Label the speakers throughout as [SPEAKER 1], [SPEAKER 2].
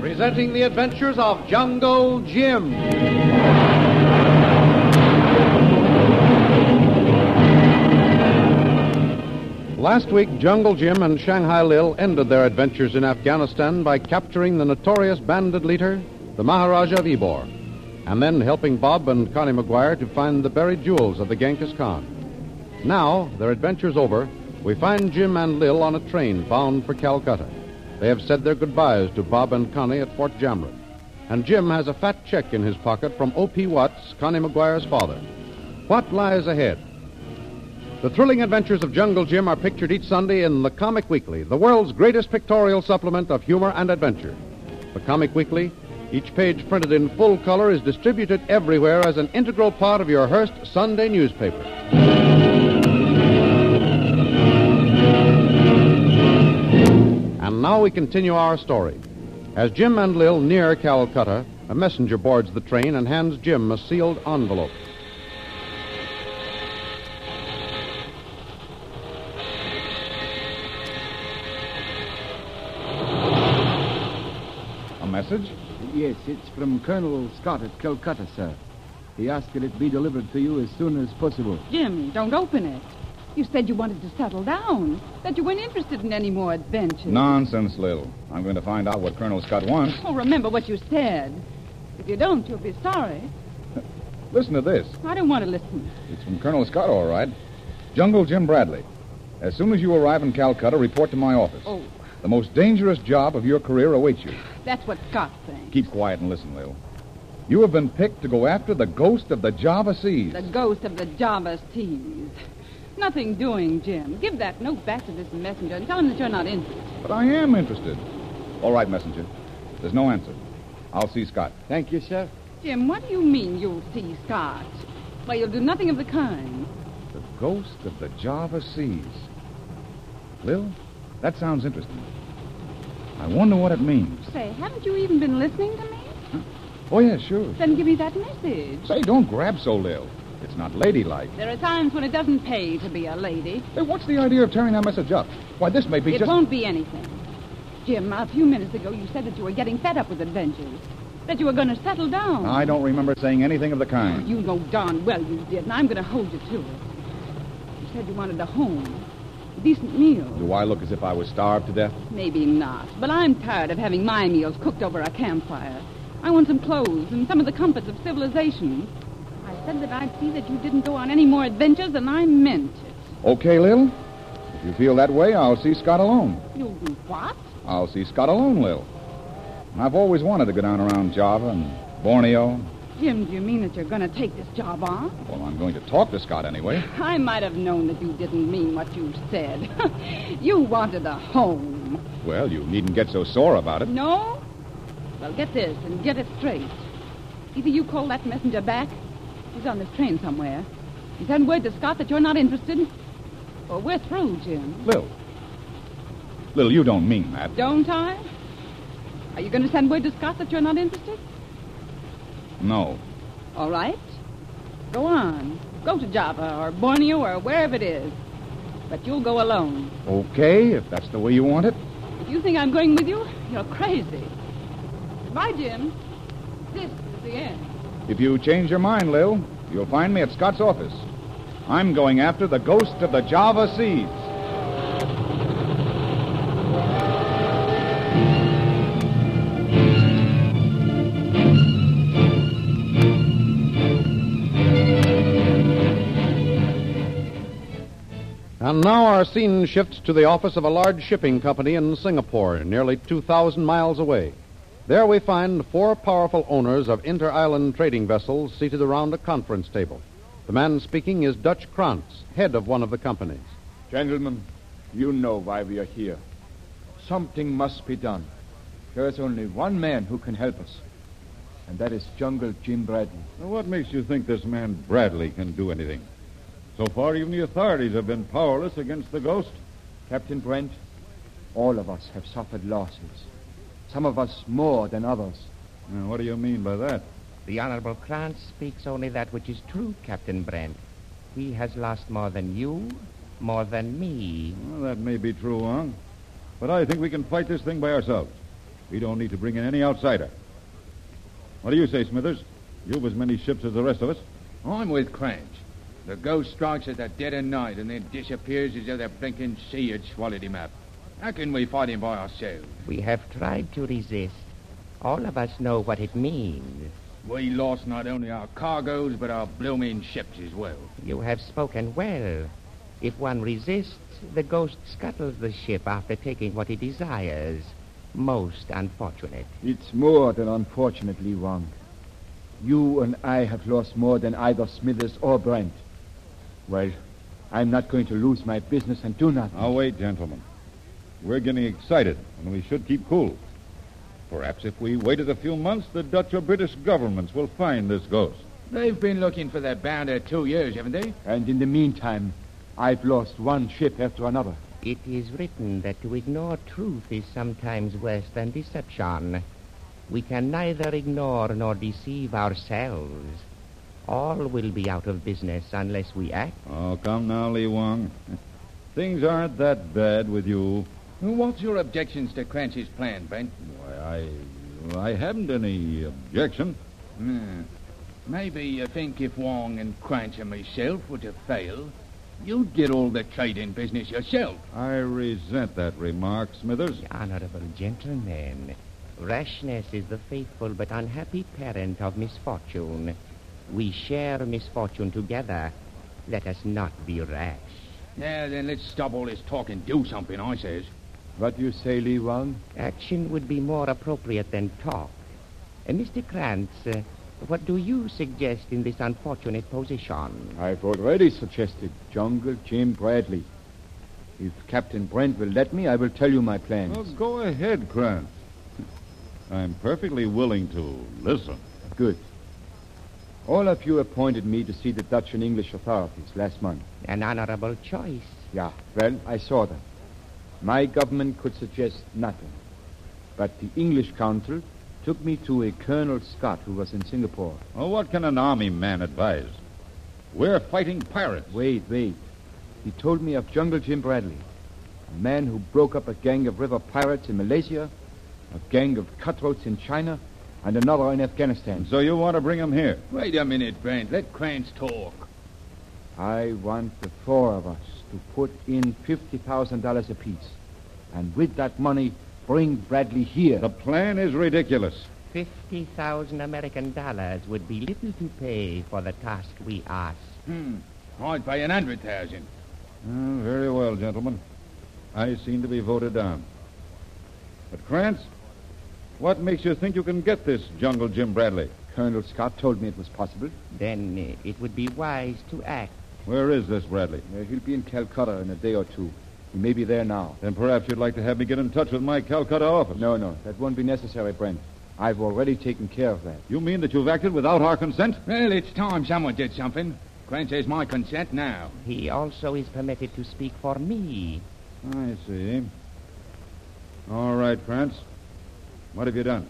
[SPEAKER 1] presenting the adventures of Jungle Jim. Last week, Jungle Jim and Shanghai Lil ended their adventures in Afghanistan by capturing the notorious bandit leader, the Maharaja of Ebor, and then helping Bob and Connie McGuire to find the buried jewels of the Genghis Khan. Now, their adventures over, we find Jim and Lil on a train bound for Calcutta. They have said their goodbyes to Bob and Connie at Fort Jamret. And Jim has a fat check in his pocket from O.P. Watts, Connie McGuire's father. What lies ahead? The thrilling adventures of Jungle Jim are pictured each Sunday in The Comic Weekly, the world's greatest pictorial supplement of humor and adventure. The Comic Weekly, each page printed in full color, is distributed everywhere as an integral part of your Hearst Sunday newspaper. And now we continue our story. As Jim and Lil near Calcutta, a messenger boards the train and hands Jim a sealed envelope.
[SPEAKER 2] A message?
[SPEAKER 3] Yes, it's from Colonel Scott at Calcutta, sir. He asked that it be delivered to you as soon as possible.
[SPEAKER 4] Jim, don't open it. You said you wanted to settle down, that you weren't interested in any more adventures.
[SPEAKER 2] Nonsense, Lil. I'm going to find out what Colonel Scott wants.
[SPEAKER 4] Oh, remember what you said. If you don't, you'll be sorry.
[SPEAKER 2] Listen to this.
[SPEAKER 4] I don't want to listen.
[SPEAKER 2] It's from Colonel Scott, all right. Jungle Jim Bradley. As soon as you arrive in Calcutta, report to my office.
[SPEAKER 4] Oh,
[SPEAKER 2] The most dangerous job of your career awaits you.
[SPEAKER 4] that's what Scott's saying.
[SPEAKER 2] Keep quiet and listen, Lil. You have been picked to go after the ghost of the Java Seas.
[SPEAKER 4] The ghost of the Java's tease. Nothing doing, Jim. Give that note back to this messenger and tell him that you're not interested.
[SPEAKER 2] But I am interested. All right, messenger. There's no answer. I'll see Scott.
[SPEAKER 3] Thank you, sir.
[SPEAKER 4] Jim, what do you mean you'll see Scott? Why, you'll do nothing of the kind.
[SPEAKER 2] The ghost of the Java Seas. Lil, that sounds interesting. I wonder what it means.
[SPEAKER 4] Say, haven't you even been listening to me?
[SPEAKER 2] Oh, yeah, sure.
[SPEAKER 4] Then give me that message.
[SPEAKER 2] Say, don't grab so, Lil. It's not ladylike.
[SPEAKER 4] There are times when it doesn't pay to be a lady.
[SPEAKER 2] Hey, what's the idea of tearing that message up? Why, this may be
[SPEAKER 4] it
[SPEAKER 2] just.
[SPEAKER 4] won't be anything. Jim, a few minutes ago you said that you were getting fed up with adventures, that you were going to settle down.
[SPEAKER 2] I don't remember saying anything of the kind.
[SPEAKER 4] You know darn well you did, and I'm going to hold you to it. You said you wanted a home, a decent meal.
[SPEAKER 2] Do I look as if I was starved to death?
[SPEAKER 4] Maybe not, but I'm tired of having my meals cooked over a campfire. I want some clothes and some of the comforts of civilization. I said that I'd see that you didn't go on any more adventures, and I meant it.
[SPEAKER 2] Okay, Lil. If you feel that way, I'll see Scott alone.
[SPEAKER 4] You'll do what?
[SPEAKER 2] I'll see Scott alone, Lil. And I've always wanted to go down around Java and Borneo.
[SPEAKER 4] Jim, do you mean that you're going to take this job on?
[SPEAKER 2] Well, I'm going to talk to Scott anyway.
[SPEAKER 4] I might have known that you didn't mean what you said. you wanted a home.
[SPEAKER 2] Well, you needn't get so sore about it.
[SPEAKER 4] No? Well, get this and get it straight. Either you call that messenger back, he's on this train somewhere, and send word to Scott that you're not interested, or we're through, Jim.
[SPEAKER 2] Lil. Lil, you don't mean that.
[SPEAKER 4] Don't I? Are you going to send word to Scott that you're not interested?
[SPEAKER 2] No.
[SPEAKER 4] All right. Go on. Go to Java or Borneo or wherever it is. But you'll go alone.
[SPEAKER 2] Okay, if that's the way you want it.
[SPEAKER 4] If you think I'm going with you, you're crazy. Goodbye, Jim. This is the end.
[SPEAKER 2] If you change your mind, Lil, you'll find me at Scott's office. I'm going after the ghost of the Java Seas.
[SPEAKER 1] And now our scene shifts to the office of a large shipping company in Singapore, nearly 2,000 miles away. There we find four powerful owners of inter island trading vessels seated around a conference table. The man speaking is Dutch Krantz, head of one of the companies.
[SPEAKER 5] Gentlemen, you know why we are here. Something must be done. There is only one man who can help us, and that is Jungle Jim Bradley.
[SPEAKER 6] What makes you think this man Bradley can do anything? So far, even the authorities have been powerless against the ghost.
[SPEAKER 5] Captain Brent, all of us have suffered losses. Some of us more than others.
[SPEAKER 6] Now, what do you mean by that?
[SPEAKER 7] The Honorable Krantz speaks only that which is true, Captain Brent. He has lost more than you, more than me.
[SPEAKER 6] Well, that may be true, Wong. But I think we can fight this thing by ourselves.
[SPEAKER 2] We don't need to bring in any outsider. What do you say, Smithers? You've as many ships as the rest of us.
[SPEAKER 8] I'm with Cranch. The ghost strikes at the dead of night and then disappears as though the blinking sea had swallowed him up. How can we fight him by ourselves?
[SPEAKER 7] We have tried to resist. All of us know what it means.
[SPEAKER 8] We lost not only our cargoes, but our blooming ships as well.
[SPEAKER 7] You have spoken well. If one resists, the ghost scuttles the ship after taking what he desires. Most unfortunate.
[SPEAKER 3] It's more than unfortunately wrong. You and I have lost more than either Smithers or Brent. Well, I'm not going to lose my business and do nothing.
[SPEAKER 8] Oh.
[SPEAKER 2] Now, wait, gentlemen. We're getting excited, and we should keep cool. Perhaps if we waited a few months, the Dutch or British governments will find this ghost.
[SPEAKER 8] They've been looking for their bounder two years, haven't they?
[SPEAKER 3] And in the meantime, I've lost one ship after another.
[SPEAKER 7] It is written that to ignore truth is sometimes worse than deception. We can neither ignore nor deceive ourselves. All will be out of business unless we act.
[SPEAKER 2] Oh, come now, Lee Wong. Things aren't that bad with you.
[SPEAKER 8] What's your objections to Cranch's plan, Ben?
[SPEAKER 2] Why, I, I haven't any objection.
[SPEAKER 8] Hmm. Maybe you think if Wong and Cranch and myself were to fail, you'd get all the trading business yourself.
[SPEAKER 2] I resent that remark, Smithers.
[SPEAKER 7] Honorable gentlemen, rashness is the faithful but unhappy parent of misfortune. We share misfortune together. Let us not be rash.
[SPEAKER 8] Now then, let's stop all this talk and do something, I says.
[SPEAKER 3] What do you say, Lee Wong?
[SPEAKER 7] Action would be more appropriate than talk. Uh, Mr. Krantz, uh, what do you suggest in this unfortunate position?
[SPEAKER 3] I've already suggested Jungle Jim Bradley. If Captain Brent will let me, I will tell you my plans.
[SPEAKER 2] Well, go ahead, Krantz. I'm perfectly willing to listen.
[SPEAKER 3] Good. All of you appointed me to see the Dutch and English authorities last month.
[SPEAKER 7] An honorable choice.
[SPEAKER 3] Yeah, well, I saw them. My government could suggest nothing. But the English council took me to a Colonel Scott who was in Singapore.
[SPEAKER 2] Well, what can an army man advise? We're fighting pirates.
[SPEAKER 3] Wait, wait. He told me of Jungle Jim Bradley, a man who broke up a gang of river pirates in Malaysia, a gang of cutthroats in China, and another in Afghanistan.
[SPEAKER 2] So you want to bring him here?
[SPEAKER 8] Wait a minute, Brent. Let Cranch talk.
[SPEAKER 3] I want the four of us to put in $50,000 apiece. And with that money, bring Bradley here.
[SPEAKER 2] The plan is ridiculous.
[SPEAKER 7] 50,000 American dollars would be little to pay for the task we ask.
[SPEAKER 8] Hmm. I'd pay an hundred thousand.
[SPEAKER 2] Uh, very well, gentlemen. I seem to be voted down. But, Krantz, what makes you think you can get this jungle Jim Bradley?
[SPEAKER 3] Colonel Scott told me it was possible.
[SPEAKER 7] Then uh, it would be wise to act.
[SPEAKER 2] Where is this Bradley?
[SPEAKER 3] Uh, he'll be in Calcutta in a day or two. He may be there now.
[SPEAKER 2] Then perhaps you'd like to have me get in touch with my Calcutta office.
[SPEAKER 3] No, no, that won't be necessary, Brent. I've already taken care of that.
[SPEAKER 2] You mean that you've acted without our consent?
[SPEAKER 8] Well, it's time someone did something. Cranch says my consent now.
[SPEAKER 7] He also is permitted to speak for me.
[SPEAKER 2] I see. All right, Krantz. What have you done?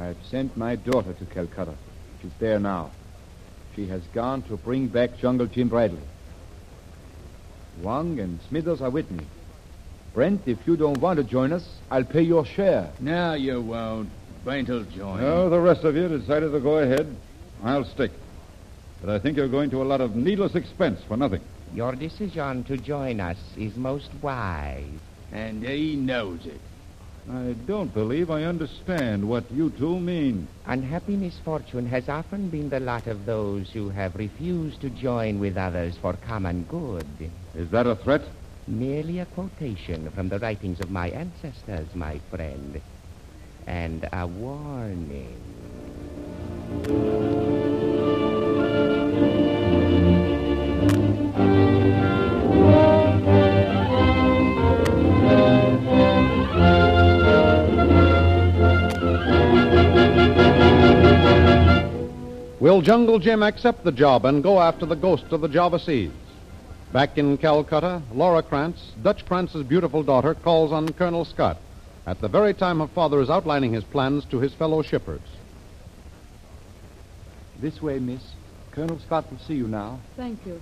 [SPEAKER 3] I've sent my daughter to Calcutta. She's there now. She has gone to bring back Jungle Jim Bradley. Wang and Smithers are with me. Brent, if you don't want to join us, I'll pay your share.
[SPEAKER 8] No, you won't. Brent'll join.
[SPEAKER 2] No, the rest of you decided to go ahead. I'll stick. But I think you're going to a lot of needless expense for nothing.
[SPEAKER 7] Your decision to join us is most wise.
[SPEAKER 8] And he knows it.
[SPEAKER 2] I don't believe I understand what you two mean.
[SPEAKER 7] Unhappy misfortune has often been the lot of those who have refused to join with others for common good.
[SPEAKER 2] Is that a threat?
[SPEAKER 7] Merely a quotation from the writings of my ancestors, my friend. And a warning.
[SPEAKER 1] Will Jungle Jim accept the job and go after the ghost of the Java Seas? Back in Calcutta, Laura Krantz, Dutch Krantz's beautiful daughter, calls on Colonel Scott at the very time her father is outlining his plans to his fellow shippers.
[SPEAKER 3] This way, miss. Colonel Scott will see you now.
[SPEAKER 9] Thank you.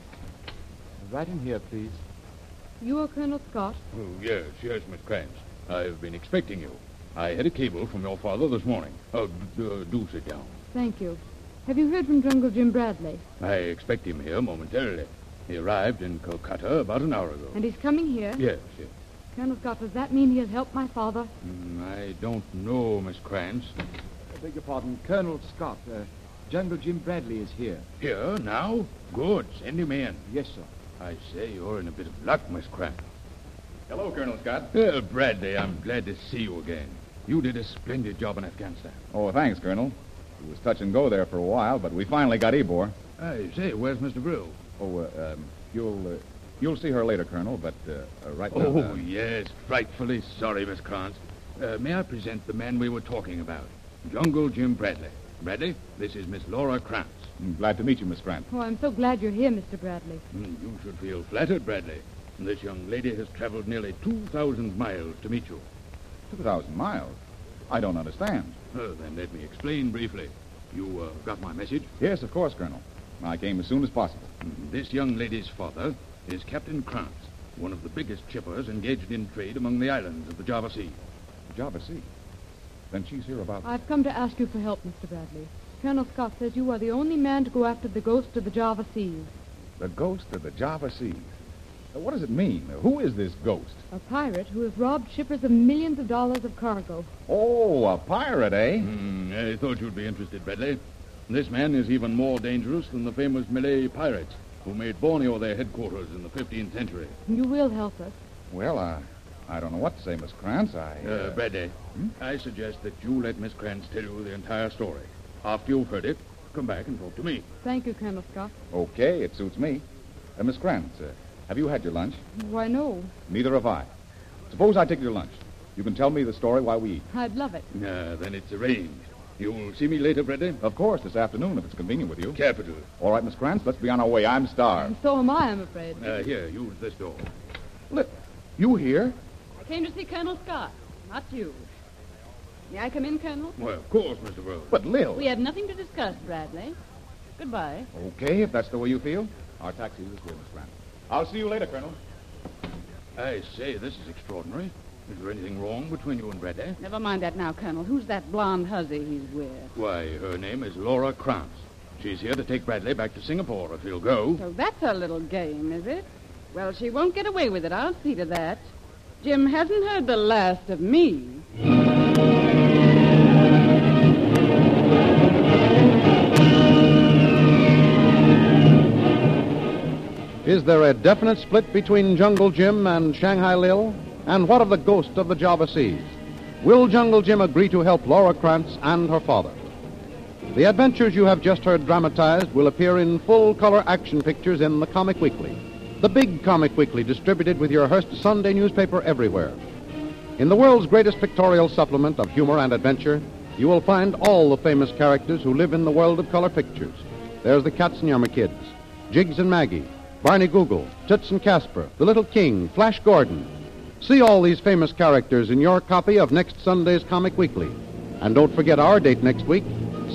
[SPEAKER 3] Right in here, please.
[SPEAKER 9] You are Colonel Scott?
[SPEAKER 8] Oh, yes, yes, Miss Cranch. I've been expecting you.
[SPEAKER 6] I had a cable from your father this morning. Uh, d- uh, do sit down.
[SPEAKER 9] Thank you. Have you heard from Jungle Jim Bradley?
[SPEAKER 6] I expect him here momentarily. He arrived in Calcutta about an hour ago.
[SPEAKER 9] And he's coming here?
[SPEAKER 6] Yes, yes.
[SPEAKER 9] Colonel Scott, does that mean he'll help my father?
[SPEAKER 6] Mm, I don't know, Miss Krantz.
[SPEAKER 5] I beg your pardon, Colonel Scott. Uh, Jungle Jim Bradley is here.
[SPEAKER 6] Here, now? Good. Send him in.
[SPEAKER 5] Yes, sir.
[SPEAKER 6] I say you're in a bit of luck, Miss Krantz.
[SPEAKER 10] Hello, Colonel Scott.
[SPEAKER 6] Uh, Bradley, I'm glad to see you again. You did a splendid job in Afghanistan.
[SPEAKER 2] Oh, thanks, Colonel. It was touch and go there for a while, but we finally got Ebor.
[SPEAKER 6] I say, where's Mr. Brew?
[SPEAKER 2] Oh, uh, um, you'll uh, you'll see her later, Colonel. But uh, uh, right now,
[SPEAKER 6] Oh,
[SPEAKER 2] uh,
[SPEAKER 6] yes. Frightfully sorry, Miss Krantz. Uh, may I present the man we were talking about? Jungle Jim Bradley. Bradley, this is Miss Laura Krantz.
[SPEAKER 2] I'm glad to meet you, Miss Grant.
[SPEAKER 9] Oh, I'm so glad you're here, Mr. Bradley.
[SPEAKER 6] Mm, you should feel flattered, Bradley. This young lady has traveled nearly 2,000 miles to meet you.
[SPEAKER 2] Two thousand miles. I don't understand.
[SPEAKER 6] Uh, then let me explain briefly. You uh, got my message?
[SPEAKER 2] Yes, of course, Colonel. I came as soon as possible.
[SPEAKER 6] This young lady's father is Captain Krantz, one of the biggest chippers engaged in trade among the islands of the Java Sea.
[SPEAKER 2] Java Sea. Then she's here about.
[SPEAKER 9] I've come to ask you for help, Mr. Bradley. Colonel Scott says you are the only man to go after the ghost of the Java Seas.
[SPEAKER 2] The ghost of the Java Sea. Uh, What does it mean? Uh, Who is this ghost?
[SPEAKER 9] A pirate who has robbed shippers of millions of dollars of cargo.
[SPEAKER 2] Oh, a pirate, eh?
[SPEAKER 3] Hmm.
[SPEAKER 6] Hmm, I thought you'd be interested, Bradley. This man is even more dangerous than the famous Malay pirates who made Borneo their headquarters in the 15th century.
[SPEAKER 9] You will help us.
[SPEAKER 2] Well,
[SPEAKER 3] uh,
[SPEAKER 2] uh, I, I don't know what to say, Miss Krantz. I.
[SPEAKER 6] Uh, Bradley, I suggest that you let Miss Krantz tell you the entire story. After you've heard it, come back and talk to me.
[SPEAKER 9] Thank you, Colonel Scott.
[SPEAKER 2] Okay, it suits me. Uh, Miss Krantz, uh, have you had your lunch?
[SPEAKER 9] Why, no.
[SPEAKER 2] Neither have I. Suppose I take your lunch. You can tell me the story while we eat.
[SPEAKER 9] I'd love it.
[SPEAKER 6] Uh, then it's arranged. You'll see me later, Bradley?
[SPEAKER 2] Of course, this afternoon, if it's convenient with you.
[SPEAKER 6] Capital.
[SPEAKER 2] All right, Miss Krantz, let's be on our way. I'm starved.
[SPEAKER 9] And so am I, I'm afraid.
[SPEAKER 6] Uh, here, use this door.
[SPEAKER 2] You here?
[SPEAKER 4] I came to see Colonel Scott, not you. May I come in, Colonel?
[SPEAKER 6] Well, of course, Mr. Rose.
[SPEAKER 2] But, Lil.
[SPEAKER 4] We have nothing to discuss, Bradley. Goodbye.
[SPEAKER 2] Okay, if that's the way you feel. Our taxi is this way, Miss Grant. I'll see you later, Colonel.
[SPEAKER 6] I say, this is extraordinary. Is there anything wrong between you and Bradley?
[SPEAKER 4] Never mind that now, Colonel. Who's that blonde hussy he's with?
[SPEAKER 6] Why, her name is Laura Krantz. She's here to take Bradley back to Singapore if he'll go.
[SPEAKER 4] So that's her little game, is it? Well, she won't get away with it. I'll see to that. Jim hasn't heard the last of me.
[SPEAKER 1] Is there a definite split between Jungle Jim and Shanghai Lil? And what of the ghost of the Java Seas? Will Jungle Jim agree to help Laura Krantz and her father? The adventures you have just heard dramatized will appear in full color action pictures in the Comic Weekly, the big Comic Weekly distributed with your Hearst Sunday newspaper everywhere. In the world's greatest pictorial supplement of humor and adventure, you will find all the famous characters who live in the world of color pictures. There's the Katzenjammer Kids, Jiggs and Maggie, Barney Google, Toots and Casper, The Little King, Flash Gordon. See all these famous characters in your copy of next Sunday's Comic Weekly. And don't forget our date next week,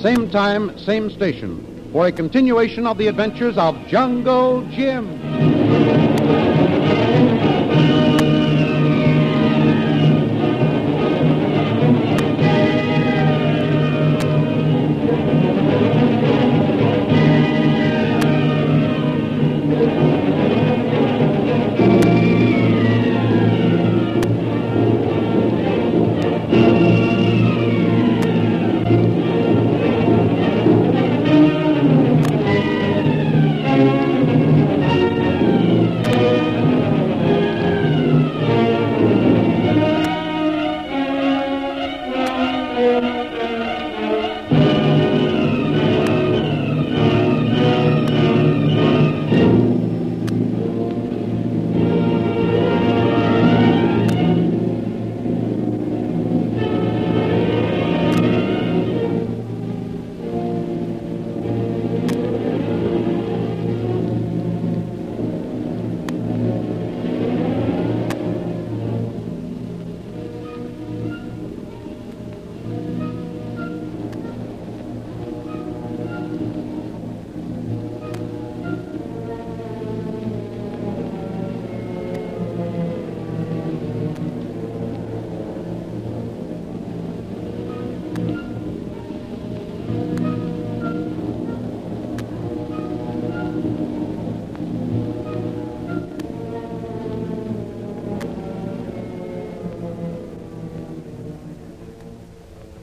[SPEAKER 1] same time, same station, for a continuation of the adventures of Jungle Jim.